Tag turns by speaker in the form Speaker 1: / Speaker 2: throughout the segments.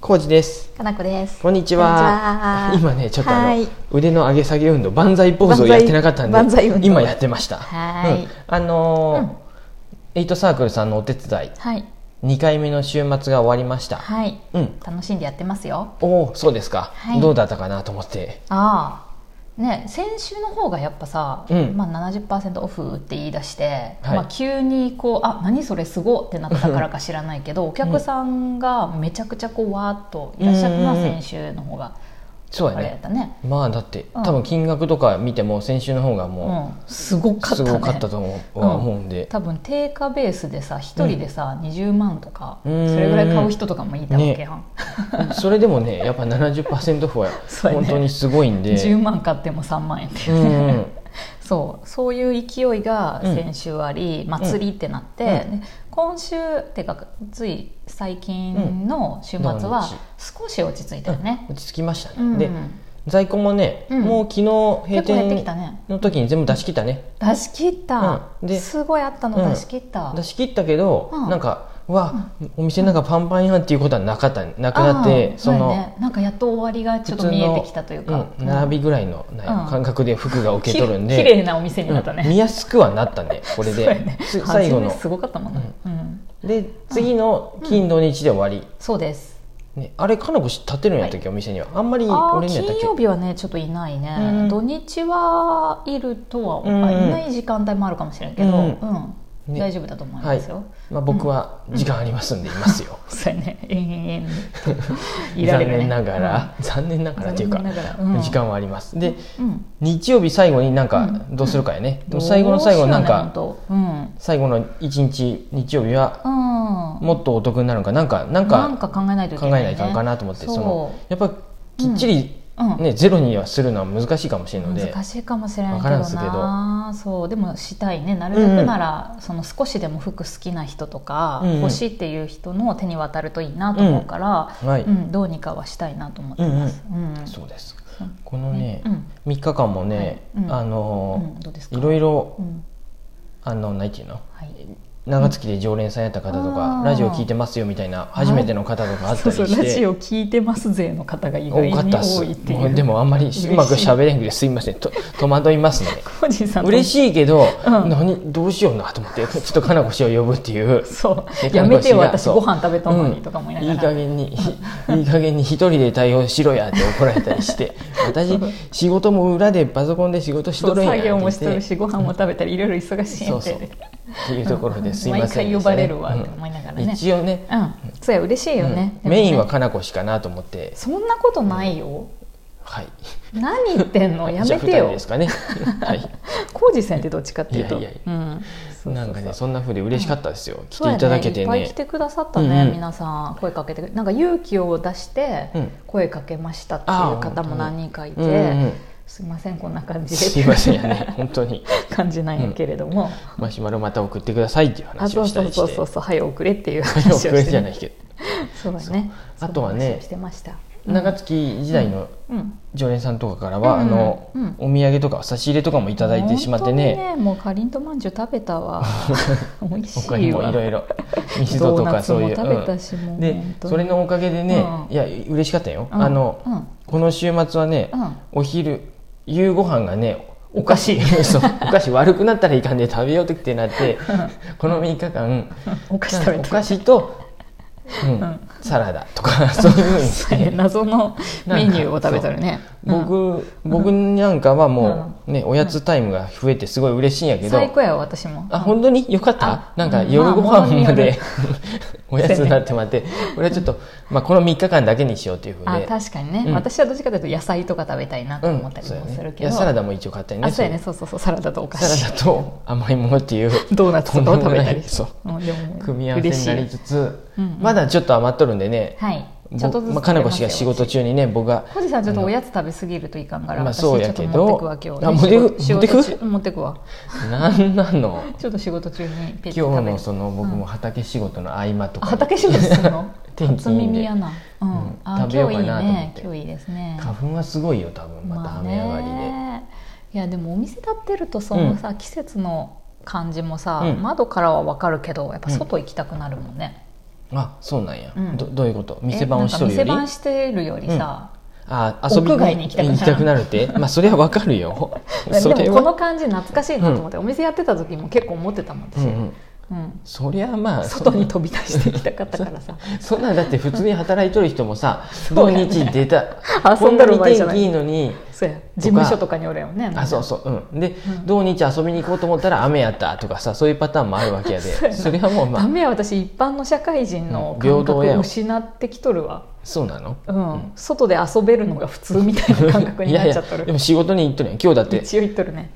Speaker 1: コウジです。
Speaker 2: かなこです。
Speaker 1: こんにちは。
Speaker 2: こんにちは
Speaker 1: 今ね、ちょっとあ
Speaker 2: は
Speaker 1: の
Speaker 2: い
Speaker 1: 腕の上げ下げ運動、万歳ポーズを
Speaker 2: 万歳
Speaker 1: やってなかったん
Speaker 2: 万歳運
Speaker 1: で、
Speaker 2: 動
Speaker 1: 今やってました。
Speaker 2: はーい
Speaker 1: うんあのーエイトサークルさんのお手伝い、
Speaker 2: はい。
Speaker 1: 2回目の週末が終わりました。
Speaker 2: はい。
Speaker 1: うん。
Speaker 2: 楽しんでやってますよ。
Speaker 1: おお、そうですか、
Speaker 2: はい
Speaker 1: どうだったかなと思って。
Speaker 2: ああ。ね、先週の方がやっぱさ、
Speaker 1: うん
Speaker 2: まあ、70%オフって言い出して、
Speaker 1: はい
Speaker 2: まあ、急にこう「あ何それすごっ!」ってなったからか知らないけどお客さんがめちゃくちゃこうわーっといらっしゃるのは
Speaker 1: うんうんうん
Speaker 2: 先週の方が
Speaker 1: そうや
Speaker 2: あれやっ
Speaker 1: ね。
Speaker 2: たね、
Speaker 1: まあだって、
Speaker 2: うん
Speaker 1: 多分金額とか見ても先週の方が
Speaker 2: う
Speaker 1: も
Speaker 2: ん、すご
Speaker 1: う、
Speaker 2: かった
Speaker 1: す
Speaker 2: ね
Speaker 1: ごかったと思う,、
Speaker 2: うん
Speaker 1: 思うんで。
Speaker 2: 多分定価ベースでさ1人でさ、20万とかそ
Speaker 1: うん
Speaker 2: れぐらい買う人とかもいたわけやん、
Speaker 1: それでもね、やっぱ70%オフは
Speaker 2: そうや
Speaker 1: 本
Speaker 2: ね
Speaker 1: 当にすごいんで。
Speaker 2: 10万買っても3万円って
Speaker 1: う
Speaker 2: いうね、
Speaker 1: んうん
Speaker 2: そうそういう勢いが
Speaker 1: うん
Speaker 2: 先週あり、祭りってなって、
Speaker 1: う
Speaker 2: で今週ってかつい最近の週末
Speaker 1: うん
Speaker 2: は
Speaker 1: 土
Speaker 2: 少し落ち着いたよね、
Speaker 1: 落ち着きましたね、
Speaker 2: うん
Speaker 1: で在庫もね、
Speaker 2: うん
Speaker 1: もう昨日閉
Speaker 2: 結構減ってきた
Speaker 1: 店
Speaker 2: ね
Speaker 1: の時に全部出し切ったね、
Speaker 2: 出し切った、
Speaker 1: うんです
Speaker 2: ごいあったの
Speaker 1: うん
Speaker 2: 出し切った、
Speaker 1: 出し切ったけど、
Speaker 2: うん
Speaker 1: なんかうわ、お店なんかパンパンやんっていうことはなかったなくなって
Speaker 2: あー
Speaker 1: そ
Speaker 2: そう
Speaker 1: の、
Speaker 2: やね、なんかやっと終わりがちょっと見えてきたというか、
Speaker 1: うん並びぐらいの、ね
Speaker 2: うん
Speaker 1: 感覚で服が受け取るんで
Speaker 2: き 綺麗なお店になった
Speaker 1: うん見
Speaker 2: ね、
Speaker 1: やすくはなった ねこれ
Speaker 2: そ
Speaker 1: で、
Speaker 2: うやね
Speaker 1: つ最
Speaker 2: 最
Speaker 1: 後
Speaker 2: 後の
Speaker 1: の
Speaker 2: すごかったもんね、うん
Speaker 1: で次の金土日で終わり、
Speaker 2: そうです
Speaker 1: ね、あれかなこし立てるんやったっけ、お店にはあんまり
Speaker 2: あー
Speaker 1: 俺にやったっ
Speaker 2: 金
Speaker 1: け
Speaker 2: 曜日はねちょっといないね、
Speaker 1: うん
Speaker 2: 土日はいるとは、
Speaker 1: うん
Speaker 2: あいない時間帯もあるかもしれんけど、
Speaker 1: う
Speaker 2: うんん
Speaker 1: ね
Speaker 2: 大丈夫だと思いますよ、
Speaker 1: まあ、僕は時間ありますんでいますよ、
Speaker 2: そうやね延 々にいられ
Speaker 1: 残
Speaker 2: るね
Speaker 1: 念ながら、残念ながらっていうか
Speaker 2: 残念ながらうん
Speaker 1: 時間はありますで
Speaker 2: うん、うん
Speaker 1: 日曜日最後になんかどうするかやね、でも最後の最後なんか、
Speaker 2: どうしようねほんと
Speaker 1: 最後の一日日曜日は
Speaker 2: うんうん
Speaker 1: もっとお得になるのかなんかなん
Speaker 2: なん
Speaker 1: か
Speaker 2: か考えないとい
Speaker 1: 考
Speaker 2: け
Speaker 1: え
Speaker 2: ない、ね、
Speaker 1: ないかんかなと思って
Speaker 2: そう
Speaker 1: そのやっぱきっちり、
Speaker 2: うん
Speaker 1: ねゼロにはするのは難しいかもしれないので
Speaker 2: 難しいかもしれない
Speaker 1: わ
Speaker 2: け
Speaker 1: から
Speaker 2: ど
Speaker 1: んすけど
Speaker 2: なそうでもしたいねなるべくなら、その少しでも服好きな人とか、
Speaker 1: うんうん
Speaker 2: 欲しいっていう人の手に渡るといいなと思うから、
Speaker 1: うんはい
Speaker 2: うんどうにかはしたいなと思ってます。うん
Speaker 1: そうです
Speaker 2: うん
Speaker 1: このね、
Speaker 2: うん
Speaker 1: 三3日間もね、
Speaker 2: はいうん
Speaker 1: あ
Speaker 2: うん
Speaker 1: の
Speaker 2: どうです
Speaker 1: ー
Speaker 2: か
Speaker 1: いろいろ
Speaker 2: うん
Speaker 1: あの何て言うの
Speaker 2: はい、
Speaker 1: 長月で常連さんやった方とか、
Speaker 2: あー
Speaker 1: ラジオ聞いてますよみたいな初めての方とかあった
Speaker 2: そう
Speaker 1: り
Speaker 2: そう
Speaker 1: し
Speaker 2: ラジ
Speaker 1: て
Speaker 2: オ聞いてます勢の方が意外
Speaker 1: 多
Speaker 2: に
Speaker 1: かったっす
Speaker 2: 多いってい
Speaker 1: も
Speaker 2: う
Speaker 1: うでもあんまり
Speaker 2: しいう
Speaker 1: まく喋れんくてすいませんと戸惑いますね
Speaker 2: コージーさん
Speaker 1: 嬉
Speaker 2: い
Speaker 1: しいけど、
Speaker 2: うん
Speaker 1: 何どうしようなと思って ちょっとかなこ氏を呼ぶっていう
Speaker 2: そう
Speaker 1: で
Speaker 2: やめてよ
Speaker 1: 看護師
Speaker 2: 私
Speaker 1: が
Speaker 2: ご飯食べたの
Speaker 1: う
Speaker 2: に
Speaker 1: ん
Speaker 2: とか思いながら、
Speaker 1: いい加減にいい加減に一人で対応しろやって怒られたりして 私仕事も裏でパソコンで仕事し
Speaker 2: そ
Speaker 1: と
Speaker 2: う
Speaker 1: るんやって
Speaker 2: 作業
Speaker 1: 言
Speaker 2: も
Speaker 1: っ
Speaker 2: しとる
Speaker 1: て
Speaker 2: しご飯も食べたりいろいろ忙しいんや
Speaker 1: そう
Speaker 2: っ
Speaker 1: そう
Speaker 2: て
Speaker 1: っていうところですいません
Speaker 2: 毎回
Speaker 1: で
Speaker 2: 呼
Speaker 1: した
Speaker 2: ば
Speaker 1: ね
Speaker 2: れるわって思いながらね、
Speaker 1: うん一応ね
Speaker 2: うん、そうや嬉しいよね、
Speaker 1: うんメインは
Speaker 2: でもね
Speaker 1: かなこ氏かなと思って
Speaker 2: そんなことないよ、
Speaker 1: はい
Speaker 2: 何言ってんのや
Speaker 1: じゃ
Speaker 2: め
Speaker 1: あ
Speaker 2: て
Speaker 1: 二人
Speaker 2: よ
Speaker 1: です かねはい
Speaker 2: 浩二さんってどっちかっていうと
Speaker 1: いやいやい
Speaker 2: うんそうそうそう
Speaker 1: なんかねそんなふうで嬉しかったですよ、来
Speaker 2: そう
Speaker 1: てい
Speaker 2: や
Speaker 1: ただけて
Speaker 2: いっぱ
Speaker 1: ね
Speaker 2: い来てくださったね、
Speaker 1: うんうん
Speaker 2: 皆さん声かけてくなんか勇気を出して
Speaker 1: うん
Speaker 2: 声かけましたっていう方も何人かいて、
Speaker 1: うんうん
Speaker 2: すいませんこんな
Speaker 1: う
Speaker 2: 感
Speaker 1: ん、
Speaker 2: じ
Speaker 1: すいませんよ
Speaker 2: で
Speaker 1: ね本当に
Speaker 2: 感じなんやけれども、
Speaker 1: マシュマロまた送ってくださいっていう
Speaker 2: あ
Speaker 1: 話
Speaker 2: そ
Speaker 1: を
Speaker 2: う
Speaker 1: した
Speaker 2: そ
Speaker 1: り
Speaker 2: う
Speaker 1: して
Speaker 2: そうそうそう早送れっていう
Speaker 1: それ
Speaker 2: 話
Speaker 1: を
Speaker 2: をし
Speaker 1: く
Speaker 2: て
Speaker 1: れるじゃないけ
Speaker 2: そうだね
Speaker 1: そうあとはね
Speaker 2: そんな話をしてました
Speaker 1: ど長月時代の
Speaker 2: うん
Speaker 1: 常連さんとかからは、
Speaker 2: うん
Speaker 1: あの、
Speaker 2: うん
Speaker 1: お土産とか差し入れとかもいただいてしまってね
Speaker 2: 本当にもうかりんとまんじゅう食べ たわ美味しいわ
Speaker 1: 他にもいろいろミスドとかそういう、
Speaker 2: ドーナツも食べたしも
Speaker 1: う
Speaker 2: うん
Speaker 1: で
Speaker 2: 本当に
Speaker 1: それのおかげでね、
Speaker 2: うん
Speaker 1: いや嬉しかったよ、
Speaker 2: うん
Speaker 1: あの、
Speaker 2: うん
Speaker 1: この週末はね、
Speaker 2: うん
Speaker 1: お昼夕ご飯がねお菓子 そうお菓子悪くなったらいかんで食べようってなってこの3日間
Speaker 2: お菓子食べ
Speaker 1: お
Speaker 2: て
Speaker 1: 菓子と、うん
Speaker 2: うん
Speaker 1: サラダとか そういうふうにして
Speaker 2: 謎のメニューを食べとるね
Speaker 1: 僕,、
Speaker 2: うん
Speaker 1: 僕なんかはもう、ね、おやつタイムが増えてすごい嬉しいんやけど、
Speaker 2: 最高やわ私も
Speaker 1: あ本当によかった
Speaker 2: あ
Speaker 1: なんか
Speaker 2: うん
Speaker 1: 夜ご
Speaker 2: まあ
Speaker 1: 飯
Speaker 2: 物に
Speaker 1: ま
Speaker 2: よる
Speaker 1: で おやつになってもらってこれはちょっと、まあ、この3日間だけにしようというふう
Speaker 2: あ
Speaker 1: で。
Speaker 2: 確かにね、
Speaker 1: うん
Speaker 2: 私はどっちかというと野菜とか食べたいなと
Speaker 1: うん
Speaker 2: 思ったり
Speaker 1: そうや
Speaker 2: もする
Speaker 1: ね、い
Speaker 2: けど、
Speaker 1: やサラダも一応買ったよね
Speaker 2: あそうやねそうそうそうサラダとお菓
Speaker 1: サラ
Speaker 2: 子
Speaker 1: ダと甘いものって いう
Speaker 2: ドーナツとかを食べたり
Speaker 1: そう
Speaker 2: うんでも
Speaker 1: 組み合わせになり
Speaker 2: 嬉し
Speaker 1: つ
Speaker 2: い
Speaker 1: つ、
Speaker 2: うんうん
Speaker 1: まだちょっと余っとるんでね、
Speaker 2: はい
Speaker 1: ぼ
Speaker 2: ちょっとずつ
Speaker 1: まあ、かなこ氏が仕事中にね僕 が
Speaker 2: 小路さんちょっとおやつ食べ過ぎるといかんから、
Speaker 1: まあ
Speaker 2: 私ち
Speaker 1: そう
Speaker 2: ょ
Speaker 1: や
Speaker 2: っと
Speaker 1: けど
Speaker 2: 持ってくわ今日、
Speaker 1: あ持ってく
Speaker 2: 仕
Speaker 1: 持って
Speaker 2: 事
Speaker 1: く
Speaker 2: 中持ってくわ
Speaker 1: なんなの
Speaker 2: ちょっと仕事中にペッて
Speaker 1: 今日
Speaker 2: 食べ
Speaker 1: の
Speaker 2: る
Speaker 1: その僕も畑仕事の合間とか
Speaker 2: あ
Speaker 1: に、
Speaker 2: 畑仕事するの
Speaker 1: 天気
Speaker 2: 初
Speaker 1: いいん
Speaker 2: 耳
Speaker 1: で
Speaker 2: やな、うん
Speaker 1: うん
Speaker 2: あ
Speaker 1: 食べよ
Speaker 2: 今
Speaker 1: う
Speaker 2: 日
Speaker 1: か
Speaker 2: いい
Speaker 1: なと思っ
Speaker 2: ね
Speaker 1: て
Speaker 2: 今日いいですね
Speaker 1: 花粉はすごいよ多分また雨上がりで、
Speaker 2: ねいやでもお店立ってるとそのさ、季節の感じもさ、
Speaker 1: うん
Speaker 2: 窓からは分かるけどやっぱ
Speaker 1: うん
Speaker 2: 外行きたくなるもんね、
Speaker 1: あそうなんや、
Speaker 2: うん
Speaker 1: どどういうこと店番をしとるより
Speaker 2: えなんか店番してるよりさ、
Speaker 1: あ遊び
Speaker 2: 屋外に行きたくなる
Speaker 1: 行きたくなるってまあそれはわかるよそれ
Speaker 2: でもこの
Speaker 1: は
Speaker 2: 感じ懐かしいなと思って、お店やってた時も結構思ってたもん私、
Speaker 1: う
Speaker 2: うん
Speaker 1: うんんそりゃまあ
Speaker 2: 外に飛び出してきたかったからさ
Speaker 1: そんなんだって普通に働いとる人もさ
Speaker 2: う
Speaker 1: 土
Speaker 2: やね
Speaker 1: 日出た
Speaker 2: 遊んどる場合じゃ
Speaker 1: こんなに天
Speaker 2: ない
Speaker 1: 気いいのに
Speaker 2: そうや事務所とかにおるよね
Speaker 1: あそうそううんで、
Speaker 2: うん
Speaker 1: 土日遊びに行こうと思ったら雨やったとかさそういうパターンもあるわけや
Speaker 2: そう
Speaker 1: で
Speaker 2: やな
Speaker 1: それはもうま
Speaker 2: ダ
Speaker 1: あ
Speaker 2: メや私一般の社会人の
Speaker 1: うん
Speaker 2: 感
Speaker 1: 平
Speaker 2: 覚
Speaker 1: 等や
Speaker 2: を
Speaker 1: よ
Speaker 2: 失ってきとるわ、
Speaker 1: そうなの
Speaker 2: うん外で遊べるのが普通みたいな感覚になっちゃっとる
Speaker 1: でも仕事に行っとるやん今日だって
Speaker 2: 一応言っとるね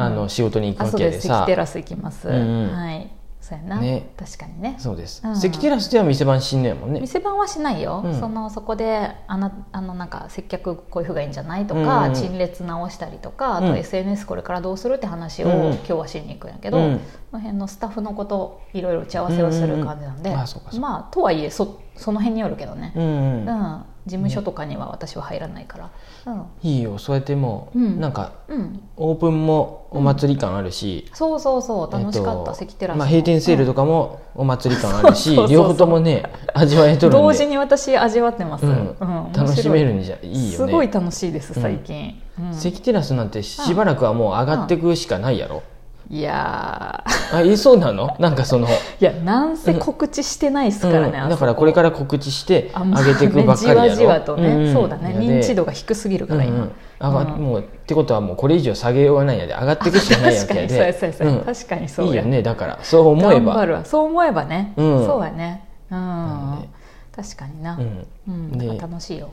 Speaker 1: あの仕事に行くわ
Speaker 2: あそう
Speaker 1: け
Speaker 2: で
Speaker 1: です
Speaker 2: 関
Speaker 1: さ
Speaker 2: テラス行きます、
Speaker 1: うんうん
Speaker 2: はいそうやな、
Speaker 1: ね
Speaker 2: 確かにね
Speaker 1: そうです
Speaker 2: うん
Speaker 1: 関テラスでは店番しんねやもんね
Speaker 2: 店番はしないよ、
Speaker 1: うん
Speaker 2: そのそこであのあのなんか接客こういうふうがいいんじゃないと
Speaker 1: うん
Speaker 2: か、
Speaker 1: うん
Speaker 2: 陳列直したりとかあ
Speaker 1: う
Speaker 2: と
Speaker 1: ん
Speaker 2: SNS これからどうするって話を、
Speaker 1: うんうん
Speaker 2: 今日はしに行くんやけど、
Speaker 1: うん
Speaker 2: この辺のスタッフのこといろいろ打ち合わせをする感じなんで、
Speaker 1: うんうんうんあそうかそうか
Speaker 2: まあとはいえそその辺によるけどね、
Speaker 1: う
Speaker 2: うんん
Speaker 1: うん
Speaker 2: 事務所とかには私は入らないから、うん
Speaker 1: いいよそうやってもう
Speaker 2: うん
Speaker 1: なんか
Speaker 2: うん
Speaker 1: オープンもお祭り感あるし
Speaker 2: そうそうそう楽しかった、
Speaker 1: えと
Speaker 2: 関テラスも、
Speaker 1: まあ閉店セールとかもお祭り感ある
Speaker 2: うん
Speaker 1: し
Speaker 2: そうそうそう
Speaker 1: 両方ともね味わえ
Speaker 2: う
Speaker 1: と
Speaker 2: ん
Speaker 1: るん
Speaker 2: 同時
Speaker 1: で
Speaker 2: に私味わってます、
Speaker 1: うん
Speaker 2: 面白い
Speaker 1: 楽しめるんじゃいいよ
Speaker 2: すごい
Speaker 1: ね
Speaker 2: 楽しいです最近、うん
Speaker 1: 関テラスなんてしばらくはもう上がってくしかないやろ
Speaker 2: いや
Speaker 1: あいそうなのなんかその
Speaker 2: ー いやなんせ告知してないですからね、
Speaker 1: うんだからこれから告告知して上げていくばっかりやろ、
Speaker 2: じわじわとね、
Speaker 1: んん
Speaker 2: そうだね
Speaker 1: やで
Speaker 2: 認知度が低すぎるか
Speaker 1: うん
Speaker 2: ら
Speaker 1: う
Speaker 2: 今、
Speaker 1: んあが
Speaker 2: うん
Speaker 1: もうってことはもうこれ以上下げようがないやで上がっていくしかないやけ
Speaker 2: 確か
Speaker 1: や
Speaker 2: にそうや
Speaker 1: で
Speaker 2: そうやそうや、
Speaker 1: うん
Speaker 2: 確かにそう
Speaker 1: いい
Speaker 2: や
Speaker 1: よねだからそう思え
Speaker 2: 頑張
Speaker 1: ば、
Speaker 2: るわそう思えばね、
Speaker 1: うん
Speaker 2: そうやねうん
Speaker 1: なんで
Speaker 2: 確かにな、
Speaker 1: う
Speaker 2: うん
Speaker 1: ん、
Speaker 2: なん
Speaker 1: で
Speaker 2: か楽しいよ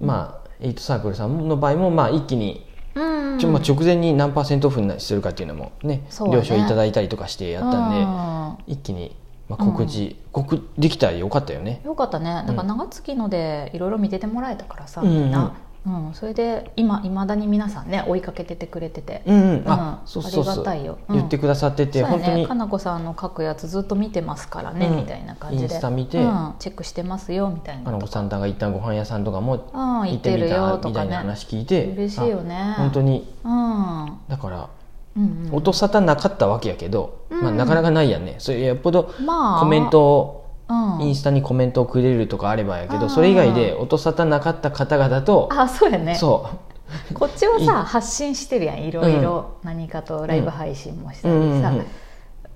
Speaker 1: まあエイトサークルさんの場合もまあ一気に、
Speaker 2: うん
Speaker 1: ちょまあ直前に何パーセントオフにするかっていうのもね
Speaker 2: そうだね
Speaker 1: 了承いただいたりとかしてやったんで、一気に、まあ、告知、告できたらよかったよね
Speaker 2: うんよかったねなんか長月のでいろいろ見ててもらえたからさ、
Speaker 1: うん
Speaker 2: みんな、うん、それで今いまだに皆さんね追いかけててくれてて、
Speaker 1: うんうんあ、
Speaker 2: うん
Speaker 1: そうそう
Speaker 2: あ
Speaker 1: そ
Speaker 2: りが
Speaker 1: う
Speaker 2: たいようん
Speaker 1: 言ってくださってて、
Speaker 2: そう
Speaker 1: 本当
Speaker 2: やね
Speaker 1: に
Speaker 2: かなこさんの書くやつずっと見てますからね、
Speaker 1: うん
Speaker 2: みたいな感じで
Speaker 1: インスタ見て
Speaker 2: うんチェックしてますよみたい
Speaker 1: あ
Speaker 2: な
Speaker 1: の
Speaker 2: と
Speaker 1: おさんが行ったご飯屋さんとかも
Speaker 2: うん
Speaker 1: 行
Speaker 2: 行
Speaker 1: っ
Speaker 2: ってて
Speaker 1: み
Speaker 2: る
Speaker 1: た
Speaker 2: よと
Speaker 1: みた
Speaker 2: か
Speaker 1: いな
Speaker 2: ね
Speaker 1: 話聞いて
Speaker 2: 嬉しいよね
Speaker 1: あ本当に
Speaker 2: うんうん
Speaker 1: だから
Speaker 2: うん
Speaker 1: 音沙汰なかったわけやけど、
Speaker 2: うん
Speaker 1: まあ、なかなかないやんねそれよっぽど
Speaker 2: まあ
Speaker 1: コメントを
Speaker 2: うん
Speaker 1: インスタにコメントをくれるとかあればやけ
Speaker 2: あー
Speaker 1: どそれ以外で音沙汰なかった方々と
Speaker 2: あそうやね
Speaker 1: そ
Speaker 2: こっちはいさ発信してるやんいろいろ何かとライブ配信もし
Speaker 1: う、
Speaker 2: たり
Speaker 1: うん
Speaker 2: さ
Speaker 1: うんうん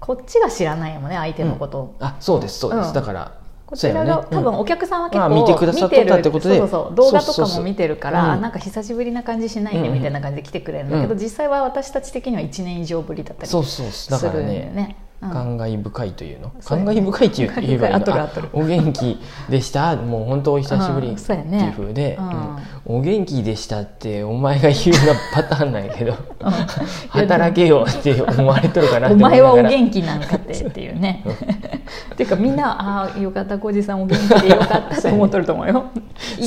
Speaker 2: こっちが知らないもんね相手のことを。
Speaker 1: あそうですそうです、
Speaker 2: うん
Speaker 1: だから
Speaker 2: こちら
Speaker 1: そうや
Speaker 2: が、
Speaker 1: ねうん
Speaker 2: 多分お客さんは結構
Speaker 1: まあ見てくださっとったってことで
Speaker 2: 見てるそうそうそう動画
Speaker 1: そ
Speaker 2: とか
Speaker 1: うそうそ
Speaker 2: も
Speaker 1: う
Speaker 2: 見てるから
Speaker 1: うん
Speaker 2: あなんか久しぶりな感じしないね
Speaker 1: うんうん
Speaker 2: みたいな感じで来てくれるんだけど、
Speaker 1: うん
Speaker 2: 実際は私たち的には1年以上ぶりだったりす
Speaker 1: そ
Speaker 2: る
Speaker 1: うそうですだ
Speaker 2: んだ
Speaker 1: か
Speaker 2: よ
Speaker 1: らね
Speaker 2: ね。うん
Speaker 1: 感慨深いというの
Speaker 2: そ
Speaker 1: 感
Speaker 2: うやね
Speaker 1: 慨深いっていう言えばいいの
Speaker 2: 感慨深い
Speaker 1: あ
Speaker 2: 合っとる合っと
Speaker 1: お元気でしたもう本当お久しぶり
Speaker 2: うん
Speaker 1: って
Speaker 2: そうやね
Speaker 1: いうふうで、
Speaker 2: う
Speaker 1: うんお元気でしたってお前が言うようなパターンなんやけど 働けよって思われとるかなって
Speaker 2: お
Speaker 1: 思い
Speaker 2: 前
Speaker 1: な
Speaker 2: はお
Speaker 1: がら
Speaker 2: 元気なんかってっていうね っていうかみんなああよかった浩二さんお元気でよかったと思っとると思うよ 生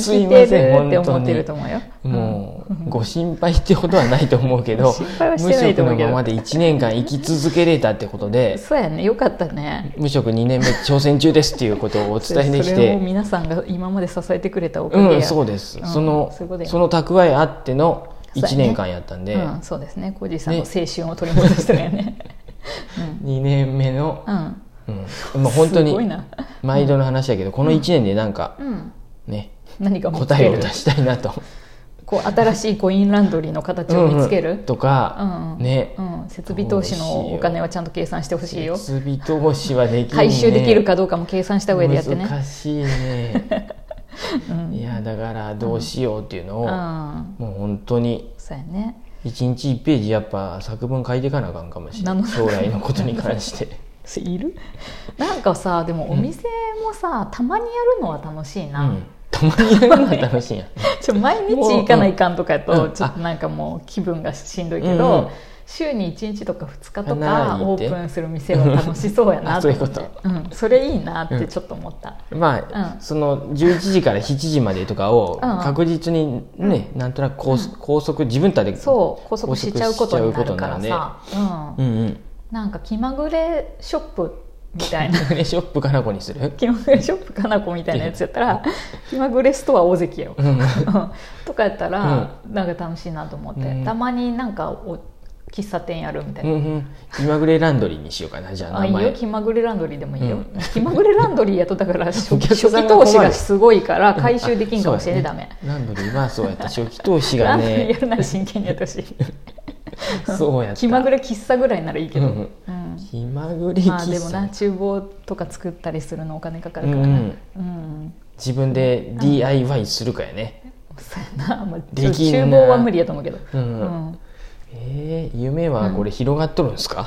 Speaker 1: すい
Speaker 2: き
Speaker 1: ま
Speaker 2: てるっ
Speaker 1: せん
Speaker 2: て
Speaker 1: 本当
Speaker 2: 思
Speaker 1: に
Speaker 2: ってると思うよ
Speaker 1: もうご心配ってことはないと思うけ ど
Speaker 2: 心配はし
Speaker 1: 無
Speaker 2: てないと
Speaker 1: 職
Speaker 2: 思
Speaker 1: の
Speaker 2: うけど
Speaker 1: ままで1年間生き続けれたってこと
Speaker 2: うん
Speaker 1: で
Speaker 2: そうやねよかったね
Speaker 1: 無職2年目挑戦中ですっていうことをお伝えでき
Speaker 2: それを
Speaker 1: て。
Speaker 2: 皆さんが今まで支えてくれたおかげや、
Speaker 1: うん、そうです、
Speaker 2: うん
Speaker 1: その
Speaker 2: そういうことや
Speaker 1: その蓄えあっての
Speaker 2: そうやね
Speaker 1: 1年間やったんで、
Speaker 2: うん、そうですね浩二さんの青春を取り戻してるよ ね
Speaker 1: 2年目の
Speaker 2: う、ん
Speaker 1: うん、もう本当
Speaker 2: すごい
Speaker 1: に
Speaker 2: な、
Speaker 1: 毎度の話やけど、この1年でなんか
Speaker 2: うん、
Speaker 1: ね、
Speaker 2: 何か見つ
Speaker 1: 答
Speaker 2: け
Speaker 1: えを
Speaker 2: る
Speaker 1: 出したいな と
Speaker 2: こう新しいコインランドリーの形を見つけ
Speaker 1: うんうん
Speaker 2: る、
Speaker 1: とか、
Speaker 2: うん
Speaker 1: ね
Speaker 2: うん、設備投資のお金はちゃんと計算してほしいよ
Speaker 1: 設備投資はできんね
Speaker 2: 回収できるかどうかも計算した上でやってね、
Speaker 1: 難しいね、 いやだからどうしようっていうのを、
Speaker 2: うん、
Speaker 1: もう本当に
Speaker 2: そうやね
Speaker 1: 1日1ページやっぱ作文書いていかなあかんかもしれ
Speaker 2: な
Speaker 1: ない
Speaker 2: の
Speaker 1: 将来のことに関 して。
Speaker 2: いるなんかさでもお店もさたまにやるのは楽しいな、
Speaker 1: うんたまにやるのは楽しいやん
Speaker 2: ちょ毎日行かないかんとかや
Speaker 1: もう
Speaker 2: と
Speaker 1: うん
Speaker 2: ちょっとなんかもう気分がしんどいけ
Speaker 1: うんうん
Speaker 2: ど週に1日とか2日と
Speaker 1: 花
Speaker 2: か
Speaker 1: に行っ
Speaker 2: オ
Speaker 1: て
Speaker 2: ープンする店は楽しそうやな
Speaker 1: あ そういう
Speaker 2: 思って
Speaker 1: こ
Speaker 2: うん、それいいなってちょっと思った、
Speaker 1: まあ、
Speaker 2: うん
Speaker 1: その11時から7時までとかを
Speaker 2: うん
Speaker 1: 確実にね、なんとなく拘束拘束自分たちで
Speaker 2: そう拘束しちゃうことになるか
Speaker 1: 拘
Speaker 2: ら
Speaker 1: 束しちゃうこ
Speaker 2: さうん
Speaker 1: うんうん
Speaker 2: なんか気まぐれショップみたいな
Speaker 1: レ ショップかなこにする
Speaker 2: 気まぐれショップかなこみたいなやつやったら気まぐれストア大関やよ
Speaker 1: うん
Speaker 2: うんとかやったら、なんか楽しいなと思って、
Speaker 1: うん
Speaker 2: たまになんかお喫茶店やるみたい
Speaker 1: うん
Speaker 2: な、
Speaker 1: うん気まぐれランドリーにしようかなじゃあ
Speaker 2: あ
Speaker 1: 名
Speaker 2: いいよ
Speaker 1: 前
Speaker 2: 気まぐれランドリーでもいいよ、
Speaker 1: うん
Speaker 2: 気まぐれランドリーやと だから初
Speaker 1: お
Speaker 2: 期
Speaker 1: 客
Speaker 2: 初
Speaker 1: さ
Speaker 2: 期
Speaker 1: んが困
Speaker 2: 投
Speaker 1: る
Speaker 2: 資がすごいから回収できんかも
Speaker 1: あ
Speaker 2: し
Speaker 1: そう
Speaker 2: れ
Speaker 1: や
Speaker 2: な
Speaker 1: ね
Speaker 2: いダメ、
Speaker 1: ランドリーはそうやった初期投資
Speaker 2: ラ
Speaker 1: が
Speaker 2: ンドリーや
Speaker 1: ね
Speaker 2: るなら真剣にやって ほしい
Speaker 1: そうやった
Speaker 2: 気まぐれ喫茶ぐらいならいいけど、
Speaker 1: う
Speaker 2: うんん
Speaker 1: 気まぐれ
Speaker 2: まあでも
Speaker 1: 喫
Speaker 2: な
Speaker 1: 茶
Speaker 2: 厨房とか作ったりするのお金かかるから
Speaker 1: う
Speaker 2: な、うんん
Speaker 1: 自分で DIY するかやね
Speaker 2: そうやな、まあ、
Speaker 1: できんな
Speaker 2: 厨房は無理やと思うけど、
Speaker 1: う
Speaker 2: うんん、
Speaker 1: えー夢はこれ広がっとるんですか、
Speaker 2: わ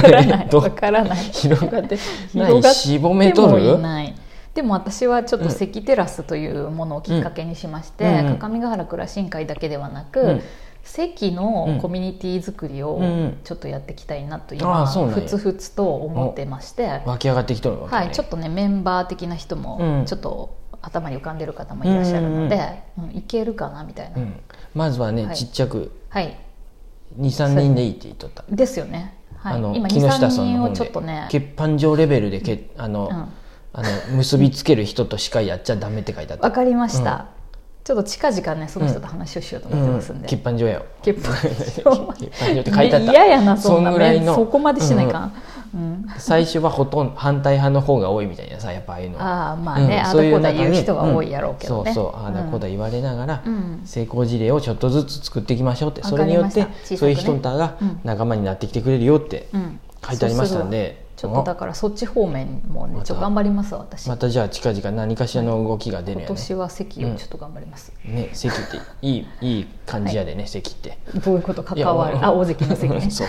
Speaker 2: からない
Speaker 1: どう
Speaker 2: わからない
Speaker 1: 広がってな
Speaker 2: 広
Speaker 1: い
Speaker 2: がっ
Speaker 1: しぼめと
Speaker 2: でも
Speaker 1: る
Speaker 2: いないでも私はちょっと関テラスというものをきっかけにしまして、
Speaker 1: うんうん
Speaker 2: 各務原倉新会だけではなく、
Speaker 1: うん
Speaker 2: 関
Speaker 1: う
Speaker 2: の
Speaker 1: ん
Speaker 2: コミュニティ作りを
Speaker 1: うん
Speaker 2: ちょっとやっていきたいなと
Speaker 1: あ
Speaker 2: 今、
Speaker 1: あそうなんや
Speaker 2: ふつふつと思ってまして、
Speaker 1: 湧き上がってきとるわけ、ね
Speaker 2: はい、ちょっとねメンバー的な人
Speaker 1: うん
Speaker 2: もちょっと頭に浮かんでる方もいらっしゃるので、うんいけるかなみたいな、
Speaker 1: うん、まずはね、
Speaker 2: はい
Speaker 1: ちっちゃく
Speaker 2: はい
Speaker 1: 23人でいいって言っとった、
Speaker 2: ですよね、は
Speaker 1: あ
Speaker 2: い、
Speaker 1: の
Speaker 2: 今
Speaker 1: 木下
Speaker 2: 23
Speaker 1: さん
Speaker 2: 人
Speaker 1: の
Speaker 2: を
Speaker 1: 本
Speaker 2: ちょっ
Speaker 1: で
Speaker 2: とね
Speaker 1: 血板上レベルでけあの、
Speaker 2: うん
Speaker 1: あの結びつける人としかやっちゃダメって書いてあった
Speaker 2: わかりました、ちょっと近々ねその人と話をしようと思ってますんで、
Speaker 1: 血板上やよ
Speaker 2: 欠
Speaker 1: 欠板上って書いてあった
Speaker 2: ね嫌やなそん
Speaker 1: そ
Speaker 2: な
Speaker 1: んぐらいの
Speaker 2: そこまでしないかん、うん
Speaker 1: 最初はほとんど反対派の方が多いみたいなさやっぱああいうのは
Speaker 2: ああまあね、
Speaker 1: うん
Speaker 2: あ
Speaker 1: そうい
Speaker 2: だ
Speaker 1: う
Speaker 2: こ
Speaker 1: 中
Speaker 2: だ
Speaker 1: に
Speaker 2: 言う人が多いやろうけどね、
Speaker 1: んそうそうああだこだ言われながら、
Speaker 2: うん
Speaker 1: 成功事例をちょっとずつ作っていきましょうって
Speaker 2: わ
Speaker 1: そ
Speaker 2: か
Speaker 1: れに
Speaker 2: り
Speaker 1: よ
Speaker 2: ま
Speaker 1: っ
Speaker 2: した
Speaker 1: て、そういう人たちが
Speaker 2: うん
Speaker 1: 仲間になってきてくれるよって
Speaker 2: うんうん
Speaker 1: 書いてありましたんで、
Speaker 2: そうするわちょっとだからそっち方面もねちょっと頑張ります私、
Speaker 1: またじゃあ近々何かしらの動きが出る
Speaker 2: 今
Speaker 1: やね
Speaker 2: 年は席をちょっと頑張ります、
Speaker 1: ね席っていいいい感じやでね、席って
Speaker 2: どういうこと関
Speaker 1: いや
Speaker 2: わるあ大関の席ね
Speaker 1: そう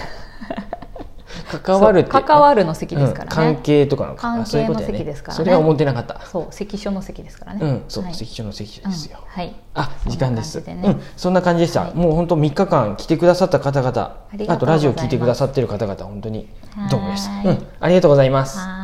Speaker 1: 関わるって
Speaker 2: そう関わるの席ですからね、
Speaker 1: うん関係とかの
Speaker 2: 関係の
Speaker 1: あそういうことや
Speaker 2: 席ですからね
Speaker 1: それは思ってなかった
Speaker 2: そう関所の席ですからね、
Speaker 1: うんそう、
Speaker 2: はい
Speaker 1: 席所の席ですよ、
Speaker 2: うんはい
Speaker 1: あ時間です
Speaker 2: そ
Speaker 1: う
Speaker 2: んな感じでね
Speaker 1: ん、そんな感じでした、
Speaker 2: はい
Speaker 1: もう本当3日間来てくださった方々あ
Speaker 2: りがとう
Speaker 1: と
Speaker 2: ございます
Speaker 1: ラジオ聞いてくださってる方々本当にどうもです、
Speaker 2: は
Speaker 1: う
Speaker 2: ーい
Speaker 1: ん、ありがとうございます
Speaker 2: はーい